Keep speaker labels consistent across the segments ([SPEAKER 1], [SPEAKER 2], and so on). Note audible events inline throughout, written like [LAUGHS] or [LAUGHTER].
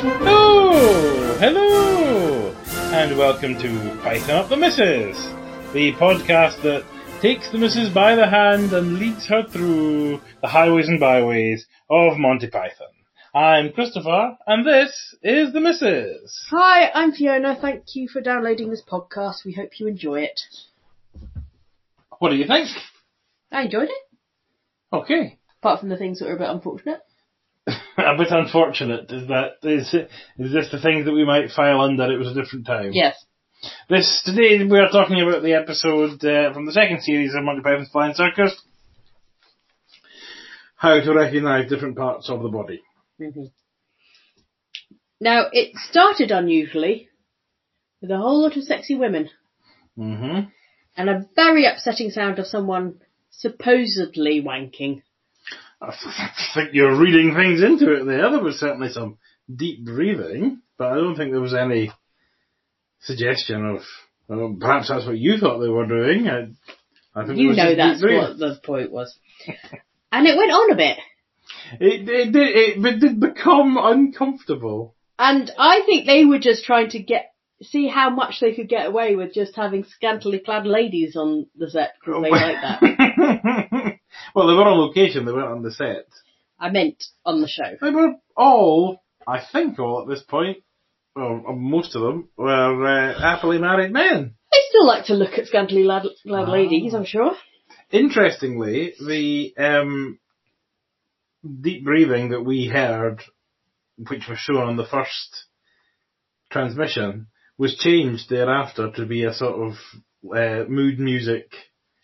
[SPEAKER 1] Oh, hello, and welcome to Python Up the Misses, the podcast that takes the missus by the hand and leads her through the highways and byways of Monty Python. I'm Christopher, and this is the missus.
[SPEAKER 2] Hi, I'm Fiona. Thank you for downloading this podcast. We hope you enjoy it.
[SPEAKER 1] What do you think?
[SPEAKER 2] I enjoyed it,
[SPEAKER 1] Okay.
[SPEAKER 2] apart from the things that were a bit unfortunate.
[SPEAKER 1] [LAUGHS] A bit unfortunate is that is is this the things that we might file under? It was a different time.
[SPEAKER 2] Yes.
[SPEAKER 1] This today we are talking about the episode uh, from the second series of Monty Python's Flying Circus. How to recognise different parts of the body.
[SPEAKER 2] Mm-hmm. Now, it started unusually with a whole lot of sexy women
[SPEAKER 1] hmm
[SPEAKER 2] and a very upsetting sound of someone supposedly wanking.
[SPEAKER 1] I think you're reading things into it there. There was certainly some deep breathing, but I don't think there was any suggestion of. Well, perhaps that's what you thought they were doing. I, I think it
[SPEAKER 2] You
[SPEAKER 1] was
[SPEAKER 2] know
[SPEAKER 1] just deep
[SPEAKER 2] that's
[SPEAKER 1] breathing.
[SPEAKER 2] what the point was. [LAUGHS] and it went on a bit.
[SPEAKER 1] It, it did. It, it did become uncomfortable.
[SPEAKER 2] And I think they were just trying to get see how much they could get away with just having scantily clad ladies on the set because [LAUGHS] they like that.
[SPEAKER 1] that. [LAUGHS] well, they were on location. They weren't on the set.
[SPEAKER 2] I meant on the show.
[SPEAKER 1] They were all, I think, all at this point, well, uh, most of them were uh, happily married men.
[SPEAKER 2] They still like to look at scantily lad,
[SPEAKER 1] Oh.
[SPEAKER 2] lad ladies, I'm sure.
[SPEAKER 1] Interestingly, the um, deep breathing that we heard, which was shown on the first transmission, was changed thereafter to be a sort of uh, mood music.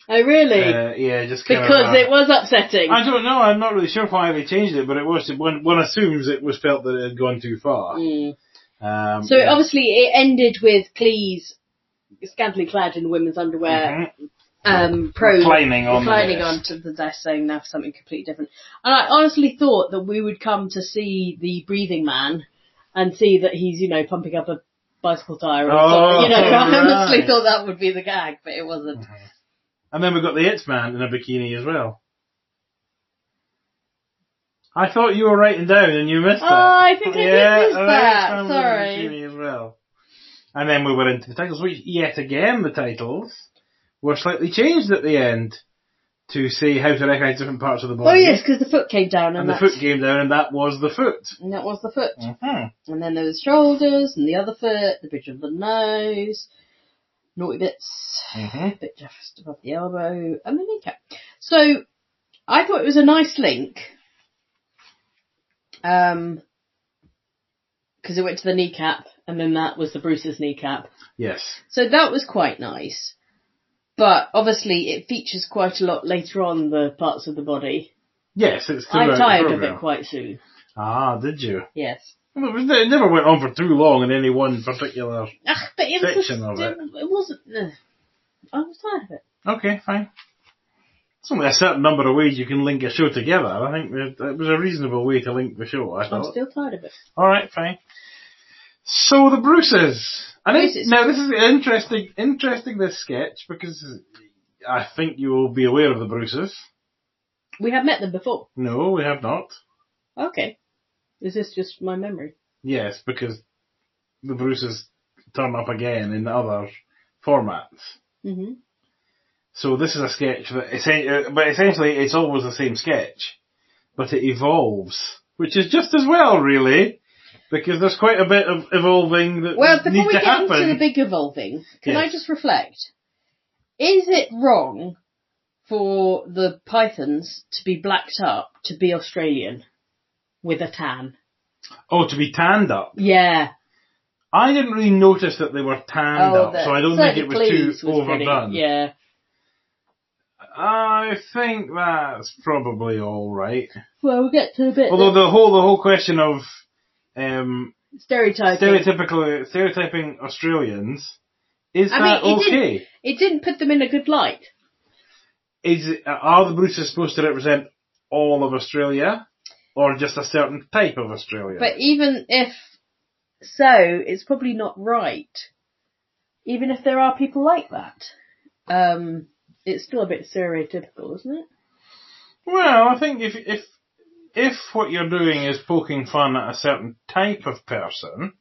[SPEAKER 2] Oh, really?
[SPEAKER 1] Uh, yeah, just kind of
[SPEAKER 2] because
[SPEAKER 1] a-
[SPEAKER 2] it was upsetting.
[SPEAKER 1] I don't know. I'm not really sure why they changed it, but it was one. One assumes it was felt that it had gone too far.
[SPEAKER 2] Mm.
[SPEAKER 1] Um,
[SPEAKER 2] So
[SPEAKER 1] yeah.
[SPEAKER 2] obviously it ended with Cleese scantily clad in women's underwear,
[SPEAKER 1] Mhm.
[SPEAKER 2] um, prone,
[SPEAKER 1] Reclining on the
[SPEAKER 2] reclining
[SPEAKER 1] desk.
[SPEAKER 2] onto the desk, saying now for something completely different. And I honestly thought that we would come to see the breathing man and see that he's, you know, pumping up a bicycle tire or
[SPEAKER 1] Oh,
[SPEAKER 2] something. You know, I honestly
[SPEAKER 1] right. Mm-hmm.
[SPEAKER 2] thought that would be the gag, but it wasn't.
[SPEAKER 1] And then we got the It Man in a bikini as well. I thought you were writing down and you missed
[SPEAKER 2] Oh,
[SPEAKER 1] that.
[SPEAKER 2] I think I did miss
[SPEAKER 1] and the
[SPEAKER 2] that.
[SPEAKER 1] It's Man was
[SPEAKER 2] Sorry.
[SPEAKER 1] in a bikini as well. And then we were into the titles, which yet again the titles were slightly changed at the end to say how to recognise different parts of the body.
[SPEAKER 2] Oh yes, because the foot came down
[SPEAKER 1] And
[SPEAKER 2] and,
[SPEAKER 1] the
[SPEAKER 2] that,
[SPEAKER 1] foot came down, and that was the foot.
[SPEAKER 2] and that was the foot.
[SPEAKER 1] Mm-hmm.
[SPEAKER 2] And then there was shoulders and the other foot, the bridge of the nose, naughty bits,
[SPEAKER 1] Mm-hmm.
[SPEAKER 2] a bit just above the elbow, and the kneecap. So I thought it was a nice link. Um, because it went to the kneecap, and then that was the Bruce's kneecap.
[SPEAKER 1] Yes.
[SPEAKER 2] So that was quite nice. But obviously, it features quite a lot later on the parts of the body.
[SPEAKER 1] Yes, it's throughout
[SPEAKER 2] I'm
[SPEAKER 1] the
[SPEAKER 2] tired of
[SPEAKER 1] programme.
[SPEAKER 2] it quite soon.
[SPEAKER 1] Ah, did you?
[SPEAKER 2] Yes.
[SPEAKER 1] Well, It was- it never went on for too long in any one particular.
[SPEAKER 2] Ugh, but it was
[SPEAKER 1] section of
[SPEAKER 2] just,
[SPEAKER 1] it.
[SPEAKER 2] it. wasn't. ugh. I was tired of it.
[SPEAKER 1] Okay, fine. It's only a certain number of ways you can link a show together. I think that that was a reasonable way to link the show. I
[SPEAKER 2] I'm
[SPEAKER 1] thought.
[SPEAKER 2] still tired of it.
[SPEAKER 1] All right, fine. So the Bruces. And it-
[SPEAKER 2] Bruces.
[SPEAKER 1] now this is interesting. Interesting this sketch because I think you will be aware of the Bruces.
[SPEAKER 2] We have met them before.
[SPEAKER 1] No, we have not.
[SPEAKER 2] Okay. Is this just my memory?
[SPEAKER 1] Yes, because the Bruces turn up again in other formats.
[SPEAKER 2] Mm-hmm.
[SPEAKER 1] So this is a sketch that, essen- uh, but essentially it's always the same sketch, but it evolves, which is just as well, really, because there's quite a bit of evolving that
[SPEAKER 2] Well, before
[SPEAKER 1] needs
[SPEAKER 2] we
[SPEAKER 1] to
[SPEAKER 2] get
[SPEAKER 1] happen.
[SPEAKER 2] into the big evolving, can I
[SPEAKER 1] Yes.
[SPEAKER 2] just reflect? Is it wrong for the pythons to be blacked up to be Australian with a tan?
[SPEAKER 1] oh, to be tanned up.
[SPEAKER 2] Yeah.
[SPEAKER 1] I didn't really notice that they were tanned up,
[SPEAKER 2] Oh, the-
[SPEAKER 1] so I don't think
[SPEAKER 2] certainly
[SPEAKER 1] it was too
[SPEAKER 2] Cleese was pretty-
[SPEAKER 1] overdone.
[SPEAKER 2] Yeah.
[SPEAKER 1] I think that's probably all right.
[SPEAKER 2] Well, we'll get to the bit.
[SPEAKER 1] Although
[SPEAKER 2] that-
[SPEAKER 1] the whole the whole question of um,
[SPEAKER 2] stereotyping.
[SPEAKER 1] stereotypical stereotyping Australians is
[SPEAKER 2] I mean,
[SPEAKER 1] that
[SPEAKER 2] it
[SPEAKER 1] okay?
[SPEAKER 2] It didn't put them in a good light.
[SPEAKER 1] is it, are the Bruces supposed to represent all of Australia, or just a certain type of Australia?
[SPEAKER 2] But even if so, it's probably not right. Even if there are people like that, um, it's still a bit stereotypical, isn't it?
[SPEAKER 1] well, I think if if if what you're doing is poking fun at a certain type of person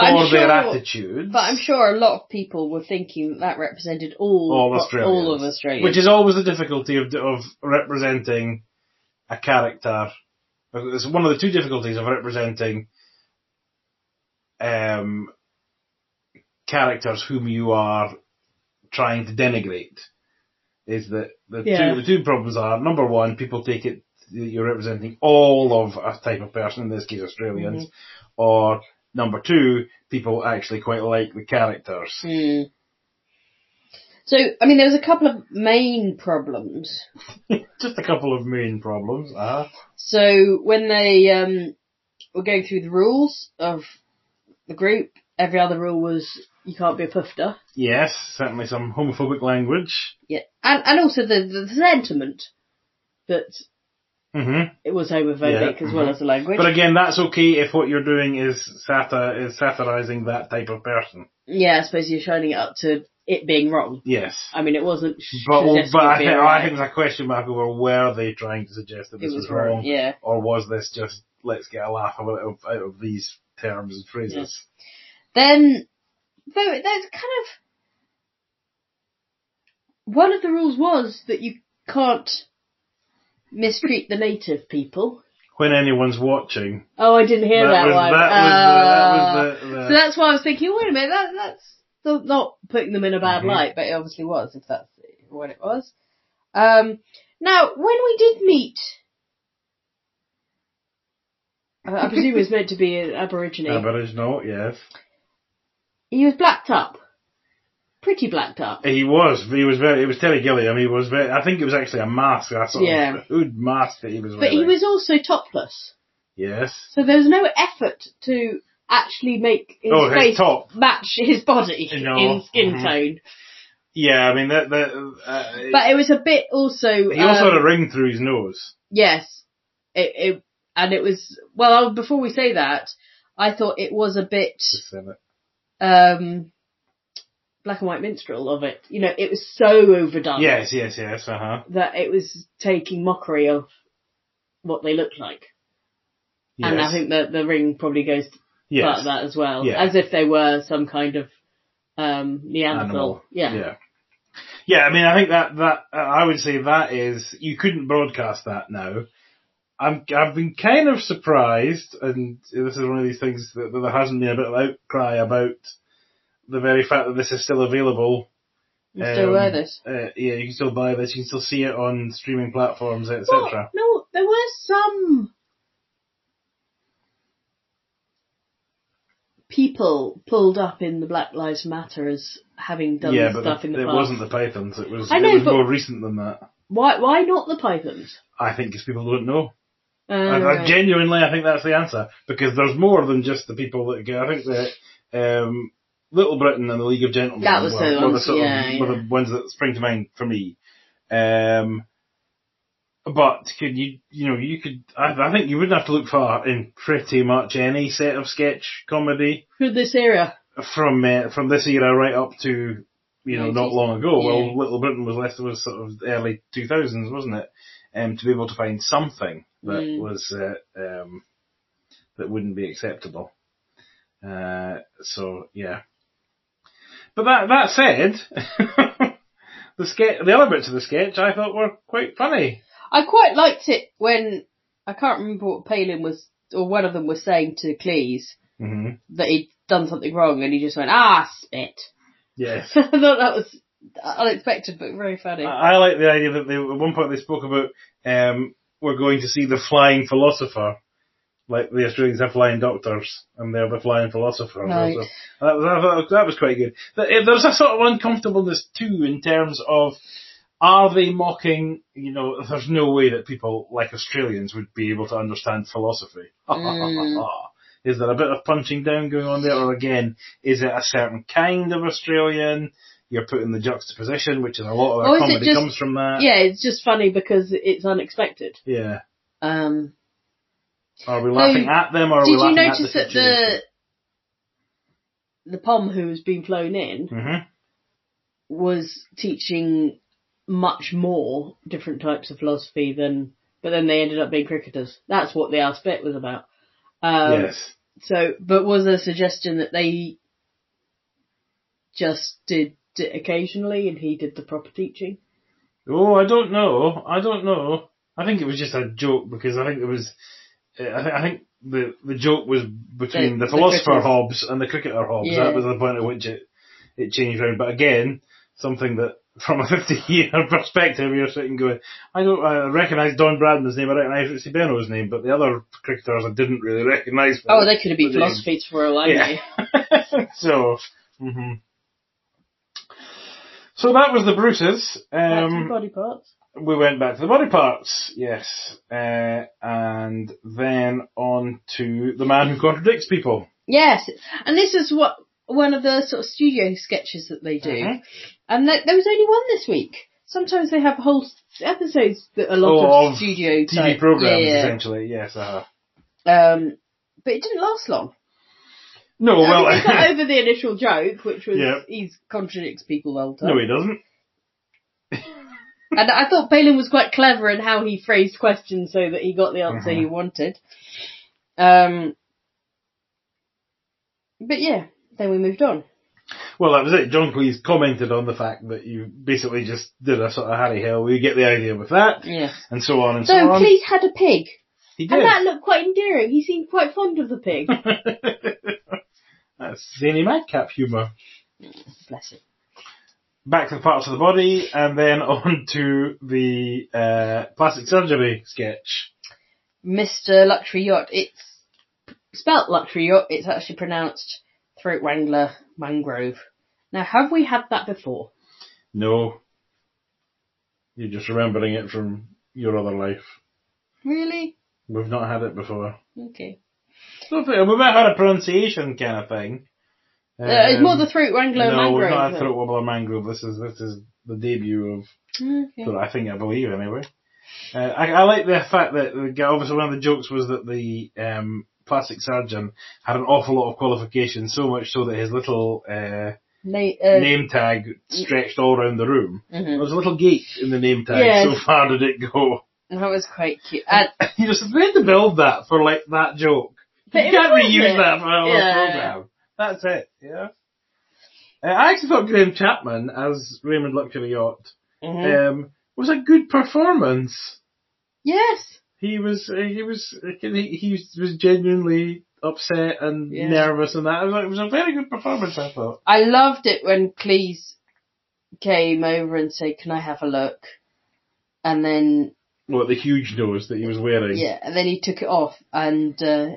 [SPEAKER 1] for
[SPEAKER 2] I'm
[SPEAKER 1] their
[SPEAKER 2] sure-
[SPEAKER 1] attitudes,
[SPEAKER 2] But I'm sure a lot of people were thinking that, that represented all
[SPEAKER 1] all
[SPEAKER 2] of-
[SPEAKER 1] Australians,
[SPEAKER 2] all of Australia.
[SPEAKER 1] which is always the difficulty of of representing a character. It's one of the two difficulties of representing um, characters whom you are trying to denigrate. Is that the
[SPEAKER 2] Yeah.
[SPEAKER 1] two the two problems are number one, people take it that you're representing all of a type of person, in this case Australians, or number two, people actually quite like the characters.
[SPEAKER 2] Hmm. So I mean, there was a couple of main problems.
[SPEAKER 1] [LAUGHS] Just a couple of main problems. Ah,
[SPEAKER 2] So when they um, were going through the rules of the group, every other rule was you can't be a pufter.
[SPEAKER 1] yes, certainly some homophobic language.
[SPEAKER 2] Yeah, and and also the the, sentiment that
[SPEAKER 1] hmm
[SPEAKER 2] it was homophobic
[SPEAKER 1] Yeah. mm-hmm.
[SPEAKER 2] as well as the language.
[SPEAKER 1] But again, that's okay if what you're doing is satir is satirizing that type of person.
[SPEAKER 2] yeah, I suppose you're shining it up to it being wrong.
[SPEAKER 1] Yes.
[SPEAKER 2] I mean, it wasn't.
[SPEAKER 1] But, oh,
[SPEAKER 2] suggesting
[SPEAKER 1] but I,
[SPEAKER 2] it being
[SPEAKER 1] think, I
[SPEAKER 2] right.
[SPEAKER 1] think there's a question mark over were they trying to suggest that this
[SPEAKER 2] it
[SPEAKER 1] was,
[SPEAKER 2] was
[SPEAKER 1] wrong,
[SPEAKER 2] wrong. Yeah.
[SPEAKER 1] or was this just let's get a laugh out of, out of these terms and phrases?
[SPEAKER 2] then though there's kind of one of the rules was that you can't mistreat the native people.
[SPEAKER 1] When anyone's watching,
[SPEAKER 2] Oh, I didn't hear that,
[SPEAKER 1] was
[SPEAKER 2] one.
[SPEAKER 1] that
[SPEAKER 2] Uh,
[SPEAKER 1] was the, that was the, the
[SPEAKER 2] so that's why I was thinking, wait a minute, that, that's the- not putting them in a bad
[SPEAKER 1] Mhm.
[SPEAKER 2] light, but it obviously was, if that's what it was. Um, now, when we did meet, uh, I presume it was meant to be an Aborigine.
[SPEAKER 1] Aboriginal. Yes,
[SPEAKER 2] he was blacked up. Pretty blacked up.
[SPEAKER 1] he was. He was very. It was Terry Gilliam. He was very. I think it was actually a mask. A sort [LAUGHS]
[SPEAKER 2] Yeah.
[SPEAKER 1] of hood mask that he was
[SPEAKER 2] But
[SPEAKER 1] wearing.
[SPEAKER 2] he was also topless.
[SPEAKER 1] Yes.
[SPEAKER 2] So there was no effort to actually make his
[SPEAKER 1] Oh, his
[SPEAKER 2] face
[SPEAKER 1] top.
[SPEAKER 2] match his body
[SPEAKER 1] No.
[SPEAKER 2] in skin
[SPEAKER 1] Mhm.
[SPEAKER 2] tone.
[SPEAKER 1] Yeah, I mean that. that uh,
[SPEAKER 2] But it was a bit also.
[SPEAKER 1] he also had
[SPEAKER 2] um,
[SPEAKER 1] a ring through his nose.
[SPEAKER 2] yes, it, it and it was well. Before we say that, I thought it was a bit
[SPEAKER 1] Just saying it.
[SPEAKER 2] um, black and white minstrel of it. You know, it was so overdone
[SPEAKER 1] Yes, yes, yes. Uh huh.
[SPEAKER 2] that it was taking mockery of what they looked like.
[SPEAKER 1] Yes.
[SPEAKER 2] And I think that the ring probably goes
[SPEAKER 1] yes.
[SPEAKER 2] about that as well,
[SPEAKER 1] Yeah.
[SPEAKER 2] as if they were some kind of um, Neanderthal.
[SPEAKER 1] Animal.
[SPEAKER 2] Yeah.
[SPEAKER 1] Yeah. Yeah, I mean, I think that that uh, I would say that is you couldn't broadcast that now. I'm I've been kind of surprised, and this is one of these things that, that there hasn't been a bit of outcry about the very fact that this is still available.
[SPEAKER 2] And still
[SPEAKER 1] Um,
[SPEAKER 2] were this.
[SPEAKER 1] Uh, yeah, you can still buy this. You can still see it on streaming platforms,
[SPEAKER 2] Well,
[SPEAKER 1] etc.
[SPEAKER 2] no, there were some people pulled up in the Black Lives Matter as having done
[SPEAKER 1] Yeah, but
[SPEAKER 2] stuff in the
[SPEAKER 1] it
[SPEAKER 2] past.
[SPEAKER 1] wasn't the Pythons. It was
[SPEAKER 2] I know,
[SPEAKER 1] it was
[SPEAKER 2] but-
[SPEAKER 1] more recent than that.
[SPEAKER 2] Why? Why not the Pythons?
[SPEAKER 1] I think because people don't know.
[SPEAKER 2] Uh,
[SPEAKER 1] I, I
[SPEAKER 2] right.
[SPEAKER 1] genuinely, I think that's the answer because there's more than just the people that go. I think that um, Little Britain and the League of Gentlemen
[SPEAKER 2] That was
[SPEAKER 1] were,
[SPEAKER 2] the
[SPEAKER 1] were the
[SPEAKER 2] ones,
[SPEAKER 1] sort
[SPEAKER 2] yeah,
[SPEAKER 1] of were the ones that spring to mind for me. Um, but could you, you know, you could. I, I think you wouldn't have to look far in pretty much any set of sketch comedy
[SPEAKER 2] From this era.
[SPEAKER 1] from uh, from this era right up to you know not
[SPEAKER 2] Nineties.
[SPEAKER 1] long ago.
[SPEAKER 2] Yeah.
[SPEAKER 1] Well, Little Britain was left was sort of early two thousands, wasn't it? Um, to be able to find something that
[SPEAKER 2] Mm.
[SPEAKER 1] was uh, um, that wouldn't be acceptable. Uh, so yeah. But that that said, [LAUGHS] the sketch, the other bits of the sketch, I thought were quite funny.
[SPEAKER 2] I quite liked it when I can't remember what Palin was or one of them was saying to Cleese
[SPEAKER 1] hmm
[SPEAKER 2] that he'd done something wrong, and he just went ah spit. [LAUGHS]
[SPEAKER 1] Yes.
[SPEAKER 2] I thought that was unexpected but very funny.
[SPEAKER 1] I I like the idea that they, at one point they spoke about um, we're going to see the flying philosopher, like the Australians have flying doctors, and they're the flying philosopher.
[SPEAKER 2] Right.
[SPEAKER 1] Also. That, was, I thought that was quite good. But, eh, There's a sort of uncomfortableness too in terms of are they mocking? You know, there's no way that people like Australians would be able to understand philosophy.
[SPEAKER 2] Mm.
[SPEAKER 1] Is there a bit of punching down going on there, or again, is it a certain kind of Australian? you're put in the juxtaposition, which is a lot of
[SPEAKER 2] Or
[SPEAKER 1] our
[SPEAKER 2] is it
[SPEAKER 1] comedy
[SPEAKER 2] just-
[SPEAKER 1] comes from that.
[SPEAKER 2] Yeah, it's just funny because it's unexpected.
[SPEAKER 1] Yeah.
[SPEAKER 2] Um,
[SPEAKER 1] Are we laughing
[SPEAKER 2] you-
[SPEAKER 1] at them or are
[SPEAKER 2] did
[SPEAKER 1] we
[SPEAKER 2] you
[SPEAKER 1] laughing at the
[SPEAKER 2] notice that
[SPEAKER 1] situation?
[SPEAKER 2] the the pom who's been flown in
[SPEAKER 1] Mhm.
[SPEAKER 2] was teaching much more different types of philosophy than, but then they ended up being cricketers. That's what the ass bit was about. Um,
[SPEAKER 1] yes.
[SPEAKER 2] So, but was there a suggestion that they just did it occasionally and he did the proper teaching?
[SPEAKER 1] Oh, I don't know. I don't know. I think it was just a joke because I think it was. uh, I, th- I think the the joke was between the,
[SPEAKER 2] The- the
[SPEAKER 1] philosopher
[SPEAKER 2] cricketer.
[SPEAKER 1] Hobbes and the cricketer Hobbes.
[SPEAKER 2] Yeah.
[SPEAKER 1] That was the point at which it it changed round. But again, something that [LAUGHS] from a fifty year [LAUGHS] perspective, you're sitting going, I don't I recognise Don Bradman's name. I recognise Ritchie Beno's name, but the other cricketers I didn't really [LAUGHS] recognise.
[SPEAKER 2] Oh, they could have been
[SPEAKER 1] But they-
[SPEAKER 2] philosophies for all I
[SPEAKER 1] Yeah.
[SPEAKER 2] knew.
[SPEAKER 1] [LAUGHS]
[SPEAKER 2] [LAUGHS]
[SPEAKER 1] so. hmm So that was the Bruces.
[SPEAKER 2] Back
[SPEAKER 1] [LAUGHS]
[SPEAKER 2] to
[SPEAKER 1] Um,
[SPEAKER 2] the body parts.
[SPEAKER 1] we went back to the body parts, yes, uh, and then on to the man who contradicts people.
[SPEAKER 2] Yes, and this is what one of the sort of studio sketches that they do,
[SPEAKER 1] Mhm.
[SPEAKER 2] and th- there was only one this week. Sometimes they have whole s- episodes that are a lot
[SPEAKER 1] Oh,
[SPEAKER 2] of,
[SPEAKER 1] of
[SPEAKER 2] studio
[SPEAKER 1] TV
[SPEAKER 2] type-
[SPEAKER 1] programs,
[SPEAKER 2] Yeah,
[SPEAKER 1] essentially, yes. Uh,
[SPEAKER 2] yeah. Um, but it didn't last long.
[SPEAKER 1] no,
[SPEAKER 2] I mean, they got
[SPEAKER 1] Oh, [LAUGHS] well,
[SPEAKER 2] over the initial joke, which was
[SPEAKER 1] Yeah.
[SPEAKER 2] he contradicts people all the time.
[SPEAKER 1] no, he doesn't.
[SPEAKER 2] And I thought Palin was quite clever in how he phrased questions so that he got the answer
[SPEAKER 1] Mhm.
[SPEAKER 2] he wanted. Um, but yeah, then we moved on.
[SPEAKER 1] Well, that was it. John Cleese commented on the fact that you basically just did a sort of Harry Hill. You get the idea with that,
[SPEAKER 2] Yes.
[SPEAKER 1] and so on and so,
[SPEAKER 2] So
[SPEAKER 1] on.
[SPEAKER 2] Cleese had a pig,
[SPEAKER 1] He
[SPEAKER 2] and
[SPEAKER 1] did.
[SPEAKER 2] that looked quite endearing. He seemed quite fond of the pig.
[SPEAKER 1] [LAUGHS] That's zany madcap humour.
[SPEAKER 2] [LAUGHS] Bless it.
[SPEAKER 1] Back to the parts of the body, and then [LAUGHS] on to the uh, plastic surgery sketch.
[SPEAKER 2] Mr. Luxury Yacht. It's spelt Luxury Yacht. It's actually pronounced Throat Wrangler Mangrove. Now, have we had that before?
[SPEAKER 1] No. You're just remembering it from your other life.
[SPEAKER 2] Really?
[SPEAKER 1] We've not had it before.
[SPEAKER 2] Okay.
[SPEAKER 1] Don't think- We might have had a pronunciation kind of thing.
[SPEAKER 2] Uh, it's more
[SPEAKER 1] Um,
[SPEAKER 2] the Throat Wrangler
[SPEAKER 1] no,
[SPEAKER 2] Mangrove.
[SPEAKER 1] we've not had
[SPEAKER 2] then.
[SPEAKER 1] throat wobbler mangrove. This is this is the debut of.
[SPEAKER 2] Okay.
[SPEAKER 1] well, I think I believe anyway. Uh, I, I like the fact that the guy, obviously one of the jokes was that the um, plastic surgeon had an awful lot of qualifications, so much so that his little uh,
[SPEAKER 2] Na- uh,
[SPEAKER 1] name tag stretched all around the room. There
[SPEAKER 2] mhm.
[SPEAKER 1] was a little gate in the name tag.
[SPEAKER 2] Yes.
[SPEAKER 1] So far did it go?
[SPEAKER 2] That was quite cute. Uh, And,
[SPEAKER 1] [COUGHS] you just they had to build that for like that joke.
[SPEAKER 2] But
[SPEAKER 1] you
[SPEAKER 2] it
[SPEAKER 1] can't
[SPEAKER 2] was,
[SPEAKER 1] reuse
[SPEAKER 2] it?
[SPEAKER 1] that for another
[SPEAKER 2] Yeah.
[SPEAKER 1] program. That's it. Yeah. Uh, I actually thought Graham Chapman as Raymond Luxury Yacht
[SPEAKER 2] Mhm.
[SPEAKER 1] um, was a good performance.
[SPEAKER 2] Yes.
[SPEAKER 1] He was uh, he was uh, he, he was- was genuinely upset and
[SPEAKER 2] Yeah.
[SPEAKER 1] nervous and that. It was, it was a very good performance. I thought.
[SPEAKER 2] I loved it when Cleese came over and said, can I have a look? And then
[SPEAKER 1] What the huge nose that he was wearing. [LAUGHS]
[SPEAKER 2] Yeah, and then he took it off, and uh,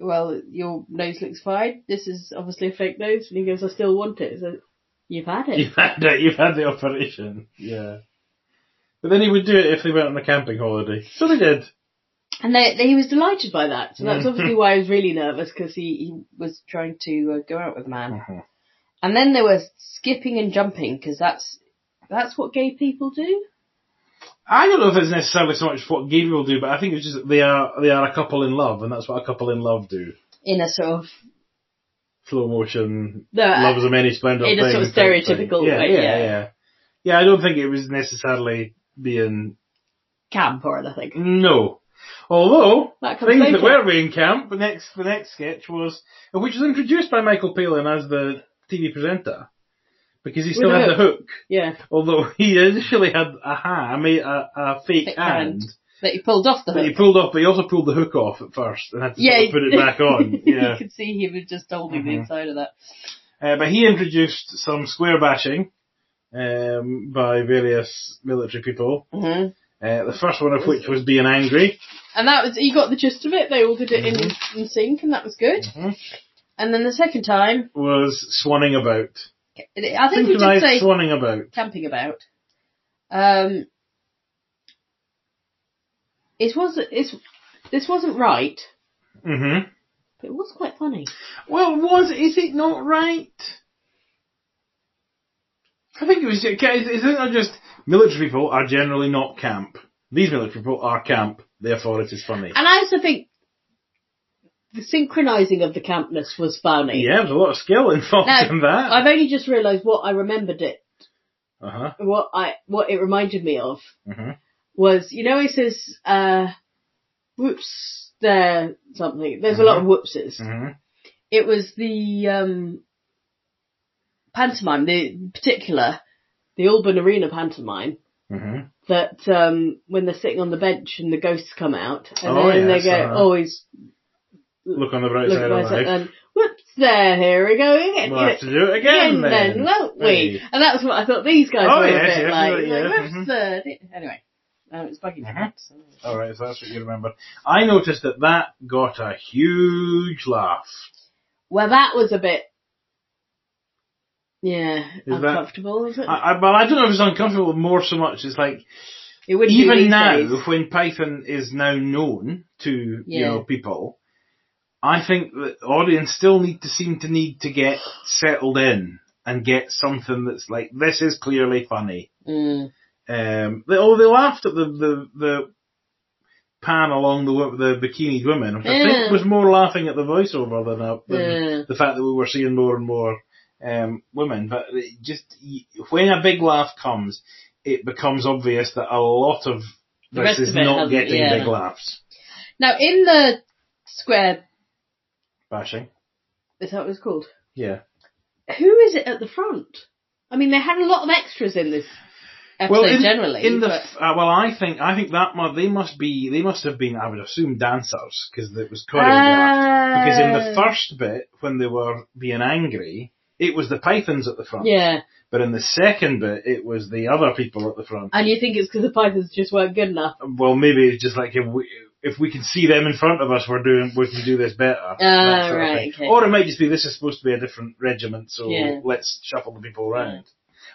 [SPEAKER 2] well, your nose looks fine. This is obviously a fake nose, and he goes, "I still want it." So you've had it.
[SPEAKER 1] You've had it. You've had the operation. Yeah. But then he would do it if they went on a camping holiday. So they did.
[SPEAKER 2] And they, they, he was delighted by that. So
[SPEAKER 1] Mm.
[SPEAKER 2] that's obviously why he was really nervous because he, he was trying to uh, go out with a man.
[SPEAKER 1] Mm-hmm.
[SPEAKER 2] And then there was skipping and jumping because that's that's what gay people do.
[SPEAKER 1] I don't know if it's necessarily so much what gay people do, but I think it's just that they are they are a couple in love, and that's what a couple in love do.
[SPEAKER 2] In a sort of
[SPEAKER 1] Slow motion,
[SPEAKER 2] No, I-
[SPEAKER 1] love is a many splendor
[SPEAKER 2] uh, in a
[SPEAKER 1] thing
[SPEAKER 2] sort
[SPEAKER 1] type
[SPEAKER 2] of
[SPEAKER 1] thing.
[SPEAKER 2] stereotypical
[SPEAKER 1] yeah,
[SPEAKER 2] way,
[SPEAKER 1] Yeah,
[SPEAKER 2] yeah.
[SPEAKER 1] yeah, yeah. I don't think it was necessarily being
[SPEAKER 2] camp or anything.
[SPEAKER 1] no. Although
[SPEAKER 2] That comes
[SPEAKER 1] things
[SPEAKER 2] later.
[SPEAKER 1] that were being camp, the next the next sketch was which was introduced by Michael Palin as the TV presenter because he still
[SPEAKER 2] a
[SPEAKER 1] had the
[SPEAKER 2] hook.
[SPEAKER 1] hook.
[SPEAKER 2] Yeah,
[SPEAKER 1] Although [LAUGHS] he initially had a hand, I mean, a, a fake,
[SPEAKER 2] Fake
[SPEAKER 1] hand,
[SPEAKER 2] hand. that he pulled off the
[SPEAKER 1] that he
[SPEAKER 2] hook.
[SPEAKER 1] pulled off, but he also pulled the hook off at first and had to
[SPEAKER 2] Yeah,
[SPEAKER 1] sort of put it back [LAUGHS]
[SPEAKER 2] [LAUGHS]
[SPEAKER 1] on. Yeah.
[SPEAKER 2] you could see he was just holding the
[SPEAKER 1] Mhm.
[SPEAKER 2] inside of that.
[SPEAKER 1] Uh, but he introduced some square bashing um, by various military people.
[SPEAKER 2] hmm
[SPEAKER 1] Uh, the first one of which was being angry.
[SPEAKER 2] And that was, you got the gist of it. They all did it in, in sync and that was good.
[SPEAKER 1] Mhm.
[SPEAKER 2] And then the second time,
[SPEAKER 1] Was swanning about.
[SPEAKER 2] I think we did
[SPEAKER 1] Synchronized
[SPEAKER 2] say
[SPEAKER 1] swanning about.
[SPEAKER 2] camping about. Um, it was, it's, this wasn't right,
[SPEAKER 1] hmm
[SPEAKER 2] but it was quite funny.
[SPEAKER 1] Well, was is it not right? I think it was. Isn't it just military people are generally not camp? These military people are camp, therefore it is funny.
[SPEAKER 2] And I also think the synchronizing of the campness was funny.
[SPEAKER 1] Yeah, there's a lot of skill involved
[SPEAKER 2] Now,
[SPEAKER 1] in that.
[SPEAKER 2] I've only just realised what I remembered it,
[SPEAKER 1] Uh huh.
[SPEAKER 2] what I, what it reminded me of
[SPEAKER 1] Mhm.
[SPEAKER 2] was, you know, it says, uh, whoops, there, something. There's a lot of whoopses.
[SPEAKER 1] Mhm.
[SPEAKER 2] It was the, um, pantomime, the in particular, the Auburn Arena pantomime.
[SPEAKER 1] Mhm.
[SPEAKER 2] That um, when they're sitting on the bench and the ghosts come out, and
[SPEAKER 1] Oh,
[SPEAKER 2] then
[SPEAKER 1] yeah,
[SPEAKER 2] they go,
[SPEAKER 1] so-
[SPEAKER 2] "Oh, he's
[SPEAKER 1] Look on the bright
[SPEAKER 2] Look
[SPEAKER 1] side
[SPEAKER 2] at
[SPEAKER 1] of
[SPEAKER 2] myself
[SPEAKER 1] life.
[SPEAKER 2] and whoops there, here we go again.
[SPEAKER 1] we'll
[SPEAKER 2] You
[SPEAKER 1] have
[SPEAKER 2] know,
[SPEAKER 1] to do it again,
[SPEAKER 2] again
[SPEAKER 1] then.
[SPEAKER 2] won't we?
[SPEAKER 1] Hey.
[SPEAKER 2] And that's what I thought these guys
[SPEAKER 1] Oh,
[SPEAKER 2] were
[SPEAKER 1] yes,
[SPEAKER 2] a bit
[SPEAKER 1] yes,
[SPEAKER 2] like.
[SPEAKER 1] right,
[SPEAKER 2] like,
[SPEAKER 1] yeah,
[SPEAKER 2] whoops
[SPEAKER 1] mhm.
[SPEAKER 2] there. Anyway, um, it's bugging me.
[SPEAKER 1] Mhm.
[SPEAKER 2] so-
[SPEAKER 1] All right, so that's what you remember. I noticed that that got a huge laugh.
[SPEAKER 2] Well, that was a bit, yeah,
[SPEAKER 1] that-
[SPEAKER 2] uncomfortable, was it?
[SPEAKER 1] I, I, well, I don't know if it's uncomfortable more so much. It's like
[SPEAKER 2] it wouldn't be
[SPEAKER 1] even
[SPEAKER 2] these
[SPEAKER 1] now,
[SPEAKER 2] days.
[SPEAKER 1] when Python is now known to you
[SPEAKER 2] Yeah.
[SPEAKER 1] know people, I think that the audience still need to seem to need to get settled in and get something that's like this is clearly funny.
[SPEAKER 2] Mm.
[SPEAKER 1] Um, they, oh, they laughed at the the, the pan along the wo- the bikini women, which I
[SPEAKER 2] Yeah.
[SPEAKER 1] think was more laughing at the voiceover than, uh, than
[SPEAKER 2] Yeah.
[SPEAKER 1] the fact that we were seeing more and more um, women. But it just y- when a big laugh comes, it becomes obvious that a lot of
[SPEAKER 2] The
[SPEAKER 1] this
[SPEAKER 2] rest
[SPEAKER 1] is
[SPEAKER 2] of it
[SPEAKER 1] not
[SPEAKER 2] hasn't-
[SPEAKER 1] getting
[SPEAKER 2] yeah.
[SPEAKER 1] big laughs.
[SPEAKER 2] Now, in the square,
[SPEAKER 1] Bashing.
[SPEAKER 2] is that what it's called?
[SPEAKER 1] Yeah.
[SPEAKER 2] Who is it at the front? I mean, they had a lot of extras in this episode
[SPEAKER 1] in,
[SPEAKER 2] generally.
[SPEAKER 1] in the
[SPEAKER 2] but-
[SPEAKER 1] f- uh, well, I think I think that mu- they must be they must have been I would assume dancers because it was choreographed. Because in the
[SPEAKER 2] Ah.
[SPEAKER 1] first bit, when they were being angry, it was the pythons at the front.
[SPEAKER 2] Yeah,
[SPEAKER 1] But in the second bit, it was the other people at the front.
[SPEAKER 2] and you think it's because the Pythons just weren't good enough.
[SPEAKER 1] well, maybe it's just like if we if we can see them in front of us, we're doing we can do this better. that sort of
[SPEAKER 2] Ah, right,
[SPEAKER 1] thing.
[SPEAKER 2] okay.
[SPEAKER 1] Or it might just be this is supposed to be a different regiment, so
[SPEAKER 2] Yeah.
[SPEAKER 1] let's shuffle the people around.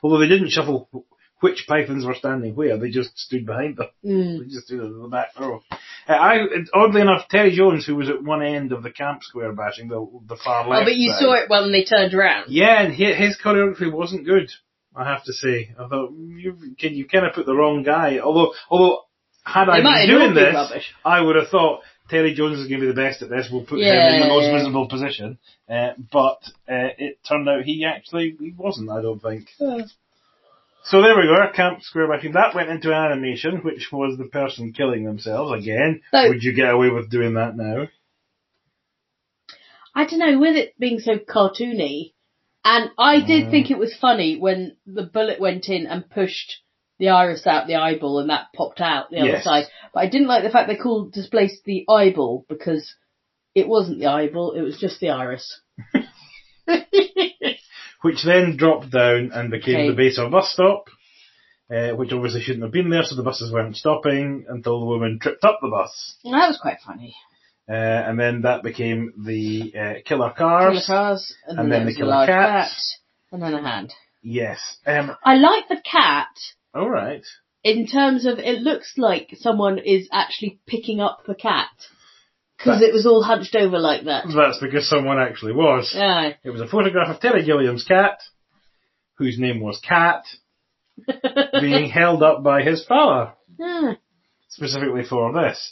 [SPEAKER 1] Although they didn't shuffle wh- which pythons were standing where; they just stood behind them.
[SPEAKER 2] Mm.
[SPEAKER 1] They just stood in the back row. Uh, I oddly enough, Terry Jones, who was at one end of the camp square bashing the the far left.
[SPEAKER 2] Oh, but you
[SPEAKER 1] side,
[SPEAKER 2] saw it when they turned around.
[SPEAKER 1] yeah, and hi- his choreography wasn't good. I have to say, I thought you can you kind of put the wrong guy. Although, although had
[SPEAKER 2] They
[SPEAKER 1] I
[SPEAKER 2] might
[SPEAKER 1] been
[SPEAKER 2] have all
[SPEAKER 1] doing
[SPEAKER 2] been
[SPEAKER 1] this,
[SPEAKER 2] rubbish.
[SPEAKER 1] I would have thought Terry Jones is going to be the best at this. We'll put him in
[SPEAKER 2] Yeah.
[SPEAKER 1] the most visible position. Uh, but uh, it turned out he actually he wasn't. I don't think. So there we go. Camp Square Bashing. That went into animation, which was the person killing themselves again.
[SPEAKER 2] So-
[SPEAKER 1] would you get away with doing that now?
[SPEAKER 2] I don't know, with it being so cartoony, and I did
[SPEAKER 1] Mm.
[SPEAKER 2] think it was funny when the bullet went in and pushed the iris out the eyeball and that popped out the other
[SPEAKER 1] Yes.
[SPEAKER 2] side. But I didn't like the fact they called displaced the eyeball because it wasn't the eyeball, it was just the iris.
[SPEAKER 1] which then dropped down and became
[SPEAKER 2] Okay.
[SPEAKER 1] the base of a bus stop, uh, which obviously shouldn't have been there, so the buses weren't stopping until the woman tripped up the bus.
[SPEAKER 2] And that was quite funny.
[SPEAKER 1] Uh, and then that became the uh, killer
[SPEAKER 2] Killer
[SPEAKER 1] cars.
[SPEAKER 2] cars, and,
[SPEAKER 1] And then
[SPEAKER 2] then, there
[SPEAKER 1] the
[SPEAKER 2] was a
[SPEAKER 1] killer
[SPEAKER 2] large
[SPEAKER 1] cats.
[SPEAKER 2] cat, and then a hand.
[SPEAKER 1] Yes. Um,
[SPEAKER 2] I like the cat
[SPEAKER 1] all right.
[SPEAKER 2] in terms of it looks like someone is actually picking up the cat because it was all hunched over like that.
[SPEAKER 1] That's because someone actually was.
[SPEAKER 2] Yeah.
[SPEAKER 1] It was a photograph of Terry Gilliam's cat, whose name was Cat,
[SPEAKER 2] [LAUGHS]
[SPEAKER 1] being held up by his father.
[SPEAKER 2] Yeah.
[SPEAKER 1] specifically for this.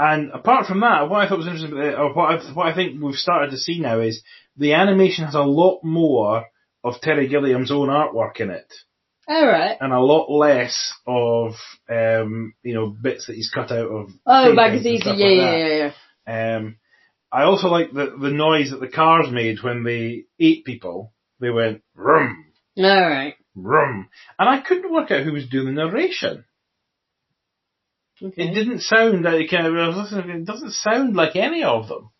[SPEAKER 1] And apart from that, what I thought was interesting, about it, or what I, what I think we've started to see now is the animation has a lot more of Terry Gilliam's own artwork in it,
[SPEAKER 2] All right.
[SPEAKER 1] and a lot less of um, you know bits that he's cut out of.
[SPEAKER 2] Oh,
[SPEAKER 1] paintings
[SPEAKER 2] magazines.
[SPEAKER 1] and stuff
[SPEAKER 2] yeah,
[SPEAKER 1] like
[SPEAKER 2] yeah,
[SPEAKER 1] that.
[SPEAKER 2] yeah, yeah.
[SPEAKER 1] Um, I also like the the noise that the cars made when they ate people. They went rum
[SPEAKER 2] All right.
[SPEAKER 1] rum, and I couldn't work out who was doing the narration. It
[SPEAKER 2] Okay.
[SPEAKER 1] didn't sound like kind of, I was listening, to it, it doesn't sound like any of them.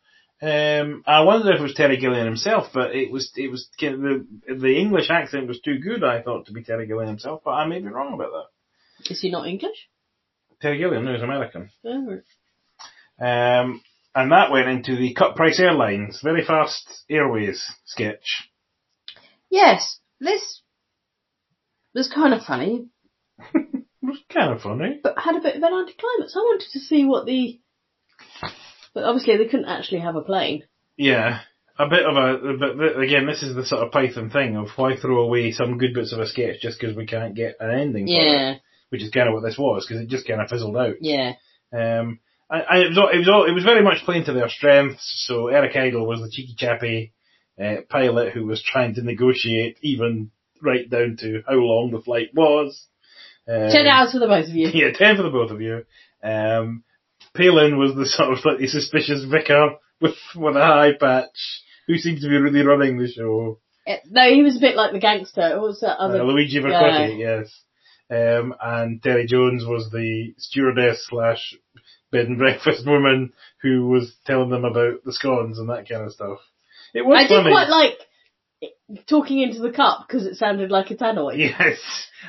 [SPEAKER 1] Um, I wonder if it was Terry Gilliam himself, but it was it was kind of the the English accent was too good, I thought, to be Terry Gilliam himself. But I may be wrong about that.
[SPEAKER 2] Is he not English?
[SPEAKER 1] Terry Gilliam, no, he's American.
[SPEAKER 2] All right.
[SPEAKER 1] Um, and that went into the cut price airlines, very fast airways sketch.
[SPEAKER 2] Yes. This was kind of funny,
[SPEAKER 1] It was kind of funny.
[SPEAKER 2] but had a bit of an anticlimax. I wanted to see what the. But obviously, they couldn't actually have a plane.
[SPEAKER 1] Yeah. a bit of a, but th- again, this is the sort of Python thing of why throw away some good bits of a sketch just because we can't get an ending for it,
[SPEAKER 2] Yeah,
[SPEAKER 1] which is kind of what this was because it just kind of fizzled out.
[SPEAKER 2] yeah,
[SPEAKER 1] Um, I, I, it, was all, it was all, it was very much playing to their strengths. So Eric Idle was the cheeky chappy uh, pilot who was trying to negotiate even right down to how long the flight was. Um,
[SPEAKER 2] Ten hours for the both of you.
[SPEAKER 1] [LAUGHS] Yeah, ten for the both of you. Um, Palin was the sort of slightly suspicious vicar with with an eye patch who seemed to be really running the show.
[SPEAKER 2] Eh, No, he was a bit like the gangster. What was that
[SPEAKER 1] Uh,
[SPEAKER 2] other?
[SPEAKER 1] Luigi Vercotti, yes. Um, and Terry Jones was the stewardess slash bed and breakfast woman who was telling them about the scones and that kind of stuff. It was
[SPEAKER 2] I did
[SPEAKER 1] funny.
[SPEAKER 2] quite like it- talking into the cup because it sounded like a tannoy.
[SPEAKER 1] Yes,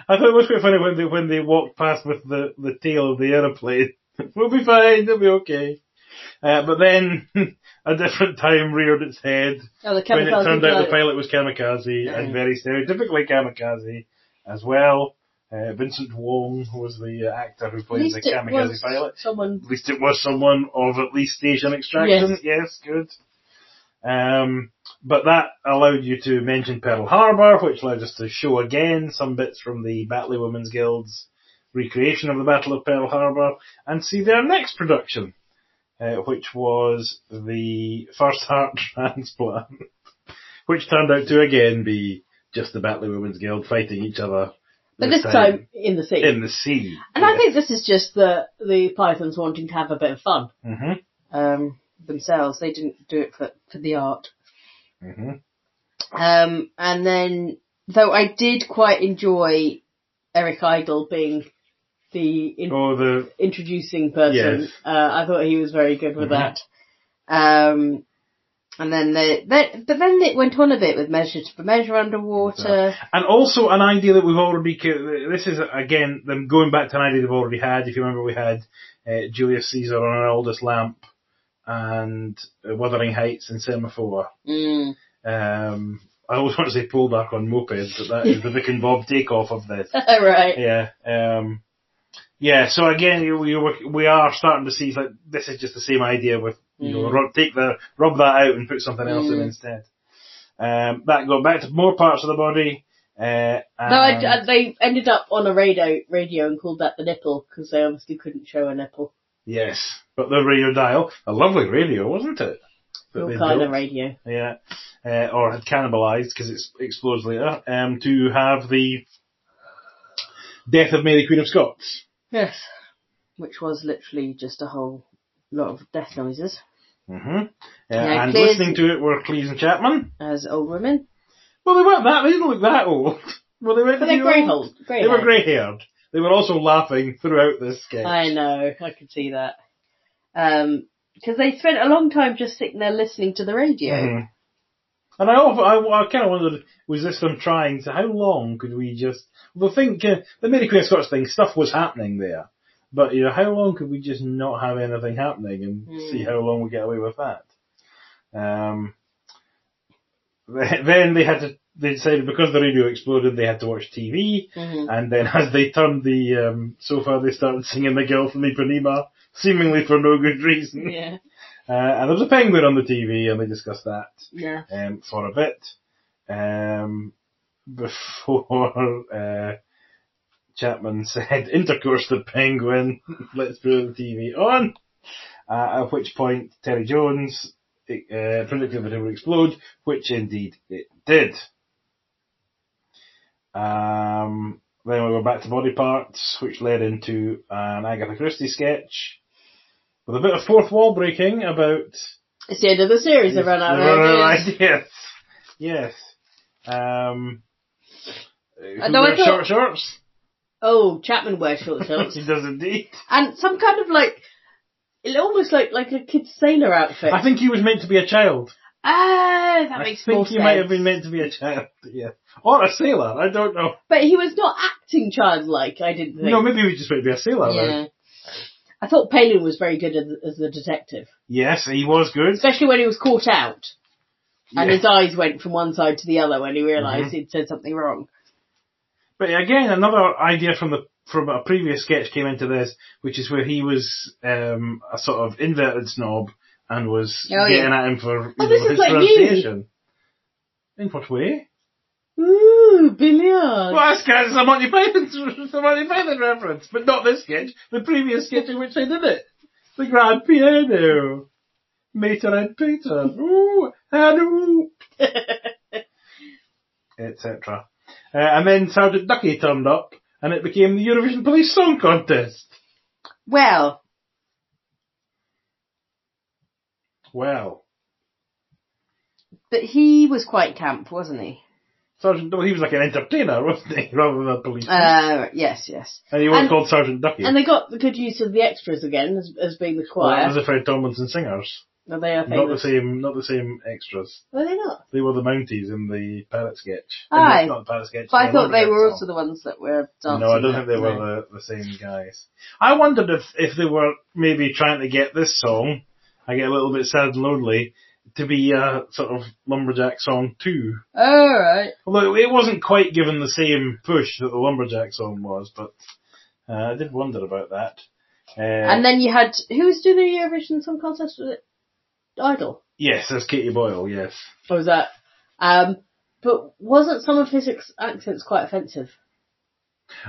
[SPEAKER 1] I thought it was quite funny when they when they walked past with the the tail of the aeroplane. [LAUGHS] we'll be fine. It'll be okay. Uh, but then [LAUGHS] a different time reared its head
[SPEAKER 2] Oh, the
[SPEAKER 1] when it
[SPEAKER 2] kamikaze
[SPEAKER 1] turned out the
[SPEAKER 2] pilot.
[SPEAKER 1] pilot was kamikaze and very stereotypically kamikaze as well. Uh, Vincent Wong was the uh, actor who
[SPEAKER 2] At
[SPEAKER 1] played the
[SPEAKER 2] least it
[SPEAKER 1] kamikaze
[SPEAKER 2] was
[SPEAKER 1] pilot.
[SPEAKER 2] Someone.
[SPEAKER 1] At least it was someone of at least station extraction. Yes, good. Um, but that allowed you to mention Pearl Harbor, which allowed us to show again some bits from the Batley Women's Guild's recreation of the Battle of Pearl Harbor and see their next production, uh, which was the first heart [LAUGHS] transplant, which turned out to again be just the Batley Women's Guild fighting each other.
[SPEAKER 2] But this time in the sea.
[SPEAKER 1] in the sea.
[SPEAKER 2] and I think this is just the the pythons wanting to have a bit of fun
[SPEAKER 1] hmm
[SPEAKER 2] um, themselves. They didn't do it for for the art.
[SPEAKER 1] hmm
[SPEAKER 2] Um, and then, though I did quite enjoy Eric Idle being the in-
[SPEAKER 1] Oh, the
[SPEAKER 2] introducing person.
[SPEAKER 1] Yes.
[SPEAKER 2] Uh, I thought he was very good with
[SPEAKER 1] Mhm.
[SPEAKER 2] that. Um, and then they, they, but then it went on a bit with Measure to Measure Underwater.
[SPEAKER 1] And also an idea that we've already, ca- this is again, them going back to an idea they've already had. If you remember, we had uh, Julius Caesar on an Aldous Lamp and uh, Wuthering Heights and Semaphore.
[SPEAKER 2] Mm.
[SPEAKER 1] Um, I always [LAUGHS] want to say pull back on moped, but that is the Vic and Bob takeoff of this.
[SPEAKER 2] [LAUGHS] right.
[SPEAKER 1] Yeah. Um, yeah. So again, you, you, we are starting to see like this is just the same idea with you know
[SPEAKER 2] Mm.
[SPEAKER 1] rub, take the rub that out and put something else in
[SPEAKER 2] Mm.
[SPEAKER 1] instead. Um, that got back to more parts of the body. Uh,
[SPEAKER 2] No,
[SPEAKER 1] and-
[SPEAKER 2] I, I- they ended up on a radio radio and called that the nipple because they obviously couldn't show a nipple.
[SPEAKER 1] Yes, but the radio dial, a lovely radio, wasn't it? That
[SPEAKER 2] Your
[SPEAKER 1] they
[SPEAKER 2] kind
[SPEAKER 1] built.
[SPEAKER 2] of radio.
[SPEAKER 1] yeah, uh, or had cannibalised because it explodes later. Um, to have the death of Mary Queen of Scots.
[SPEAKER 2] Yes. Which was literally just a whole lot of death noises.
[SPEAKER 1] hmm Uh,
[SPEAKER 2] Yeah,
[SPEAKER 1] and
[SPEAKER 2] Cleves-
[SPEAKER 1] listening to it were Cleves and Chapman.
[SPEAKER 2] as old women.
[SPEAKER 1] Well, they weren't that. They didn't look that old. [LAUGHS] Well, they were.
[SPEAKER 2] But they're grey old. Grey
[SPEAKER 1] They were
[SPEAKER 2] hair.
[SPEAKER 1] grey-haired. They were also laughing throughout this sketch.
[SPEAKER 2] I know. I could see that. Um 'cause because they spent a long time just sitting there listening to the radio.
[SPEAKER 1] Mhm. [LAUGHS] And I, often, I, I kind of wondered, was this them trying to, how long could we just, the thing, uh, the Mary Queen of Scots thing, stuff was happening there. But, you know, how long could we just not have anything happening and
[SPEAKER 2] Mm.
[SPEAKER 1] see how long we get away with that? Um, [LAUGHS] th- then they had to, they decided because the radio exploded, they had to watch TV.
[SPEAKER 2] Mhm.
[SPEAKER 1] And then as they turned the um, sofa, they started singing The Girl from Ipanema, seemingly for no good reason.
[SPEAKER 2] Yeah.
[SPEAKER 1] Uh, and there was a penguin on the TV, and they discussed that
[SPEAKER 2] Yeah.
[SPEAKER 1] um, for a bit um, [LAUGHS] before uh, Chapman [LAUGHS] said, intercourse the penguin, [LAUGHS] let's put the TV on. Uh, at which point Terry Jones uh, predicted that it would explode, which indeed it did. Um, then we were back to body parts, which led into an Agatha Christie sketch with a bit of fourth wall breaking about
[SPEAKER 2] It's the end of the series. I
[SPEAKER 1] Yes,
[SPEAKER 2] ran out
[SPEAKER 1] they run
[SPEAKER 2] of
[SPEAKER 1] out of
[SPEAKER 2] ideas.
[SPEAKER 1] ideas. Yes. Um, who
[SPEAKER 2] know, I
[SPEAKER 1] wears
[SPEAKER 2] thought-
[SPEAKER 1] short shorts?
[SPEAKER 2] Oh, Chapman wears short
[SPEAKER 1] [LAUGHS]
[SPEAKER 2] shorts
[SPEAKER 1] he does
[SPEAKER 2] [LAUGHS]
[SPEAKER 1] indeed.
[SPEAKER 2] and some kind of like, it almost like like a kid's sailor outfit.
[SPEAKER 1] I think he was meant to be a child.
[SPEAKER 2] Ah, that
[SPEAKER 1] I
[SPEAKER 2] makes
[SPEAKER 1] think
[SPEAKER 2] more
[SPEAKER 1] he
[SPEAKER 2] sense.
[SPEAKER 1] might have been meant to be a child. Yeah, or a sailor. I don't know.
[SPEAKER 2] But he was not acting childlike. I didn't think.
[SPEAKER 1] No, maybe he was just meant to be a sailor. then.
[SPEAKER 2] yeah. I thought Palin was very good as, as the detective.
[SPEAKER 1] Yes, he was good.
[SPEAKER 2] especially when he was caught out and
[SPEAKER 1] Yeah. Mm-hmm.
[SPEAKER 2] his eyes went from one side to the other when he realized he'd said something wrong.
[SPEAKER 1] But again, another idea from the from a previous sketch came into this, which is where he was um, a sort of inverted snob and was
[SPEAKER 2] Oh, yeah.
[SPEAKER 1] getting at him for
[SPEAKER 2] Oh,
[SPEAKER 1] you
[SPEAKER 2] this
[SPEAKER 1] know,
[SPEAKER 2] is
[SPEAKER 1] his
[SPEAKER 2] like you.
[SPEAKER 1] pronunciation. In what way?
[SPEAKER 2] Ooh,
[SPEAKER 1] Well,
[SPEAKER 2] billiard.
[SPEAKER 1] that's kind of a Monty Python, it's a Monty Python reference, but not this sketch. The previous sketch in which they did it. The grand piano, Mater and Peter, ooh, and ooh, etc. Uh, and then Sergeant Ducky turned up, and it became the Eurovision Police Song Contest.
[SPEAKER 2] [LAUGHS] Well,
[SPEAKER 1] Well,
[SPEAKER 2] but he was quite camp, wasn't he?
[SPEAKER 1] Sergeant, well, he was like an entertainer, [LAUGHS] wasn't he, rather than a policeman.
[SPEAKER 2] Uh, yes, yes.
[SPEAKER 1] and he was
[SPEAKER 2] and-
[SPEAKER 1] called Sergeant Ducky.
[SPEAKER 2] And they got the good use of the extras again as, as being the
[SPEAKER 1] well, that was
[SPEAKER 2] choir.
[SPEAKER 1] the Fred Tomlinson singers.
[SPEAKER 2] Well, they are
[SPEAKER 1] Not the
[SPEAKER 2] famous.
[SPEAKER 1] same, not the same extras.
[SPEAKER 2] Were they not?
[SPEAKER 1] They were the Mounties in the Parrot sketch.
[SPEAKER 2] Aye.
[SPEAKER 1] In the, not the Parrot sketch.
[SPEAKER 2] But I
[SPEAKER 1] the
[SPEAKER 2] thought they
[SPEAKER 1] Lumberjack
[SPEAKER 2] were
[SPEAKER 1] song.
[SPEAKER 2] also the ones that were dancing.
[SPEAKER 1] No, I don't
[SPEAKER 2] that,
[SPEAKER 1] think they
[SPEAKER 2] no.
[SPEAKER 1] were the, the same guys. I wondered if, if they were maybe trying to get this song, I get a little bit sad and lonely, to be a sort of lumberjack song too.
[SPEAKER 2] All right.
[SPEAKER 1] Although it wasn't quite given the same push that the lumberjack song was, but uh, I did wonder about that. Uh,
[SPEAKER 2] And then you had who was doing the Eurovision Song Contest? Was it Idol?
[SPEAKER 1] yes, that's Katie Boyle. Yes,
[SPEAKER 2] Or was that? Um, but wasn't some of his ex- accents quite offensive?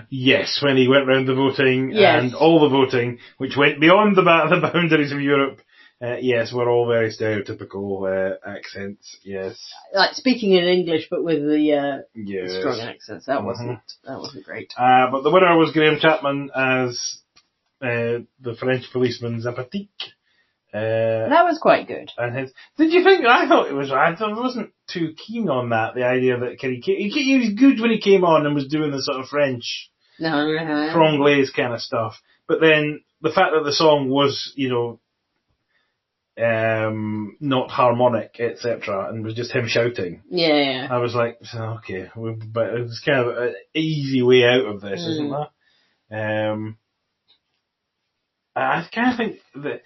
[SPEAKER 1] yes, when he went round the voting
[SPEAKER 2] Yes.
[SPEAKER 1] and all the voting, which went beyond the, ba- [LAUGHS] the boundaries of Europe. Uh, yes, were all very stereotypical uh, accents. Yes,
[SPEAKER 2] Like speaking in English, but with the uh, the
[SPEAKER 1] yes.
[SPEAKER 2] strong accents. That wasn't that wasn't great.
[SPEAKER 1] Uh, but the winner was Graham Chapman as uh, the French policeman Zapatique. Uh,
[SPEAKER 2] That was quite good.
[SPEAKER 1] and his, did you think? I thought it was. I thought- I wasn't too keen on that. The idea that he, he, he was good when he came on and was doing the sort of French
[SPEAKER 2] No, no, no.
[SPEAKER 1] strong glaze kind of stuff. But then the fact that the song was, you know, um, not harmonic, etc., and was just him shouting,
[SPEAKER 2] Yeah, yeah.
[SPEAKER 1] I was like, "So, okay, we- but it was kind of an easy way out of this, isn't
[SPEAKER 2] Mm.
[SPEAKER 1] there? Um, I kind of think that,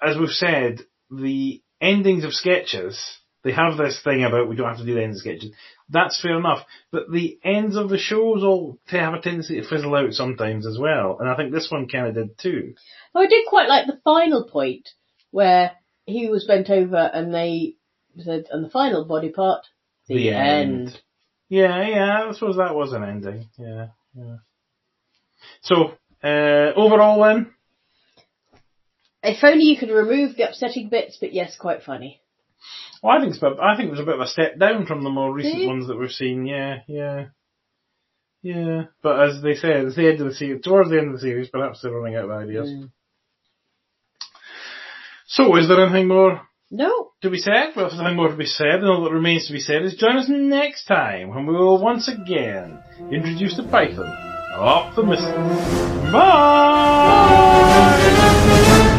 [SPEAKER 1] as we've said, the endings of sketches. They have this thing about we don't have to do the ends of sketches. That's fair enough. But the ends of the shows all t- have a tendency to fizzle out sometimes as well. And I think this one kind of did too.
[SPEAKER 2] Oh, I did quite like the final point where he was bent over and they said, and the final body part, the, end.
[SPEAKER 1] Yeah, yeah, I suppose that was an ending. Yeah, yeah. So, uh, overall then,
[SPEAKER 2] If only you could remove the upsetting bits, but yes, quite funny.
[SPEAKER 1] Well, I think it's about, I think it was a bit of a step down from the more recent
[SPEAKER 2] you?
[SPEAKER 1] ones that we've seen. Yeah, yeah, yeah. But as they said, it's the end of the series, towards the end of the series, perhaps they're running out of ideas.
[SPEAKER 2] Mm.
[SPEAKER 1] So, is there anything more
[SPEAKER 2] No,
[SPEAKER 1] to be said? Well, if there's nothing more to be said, then all that remains to be said is join us next time when we will once again introduce the Python, Optimus. Bye.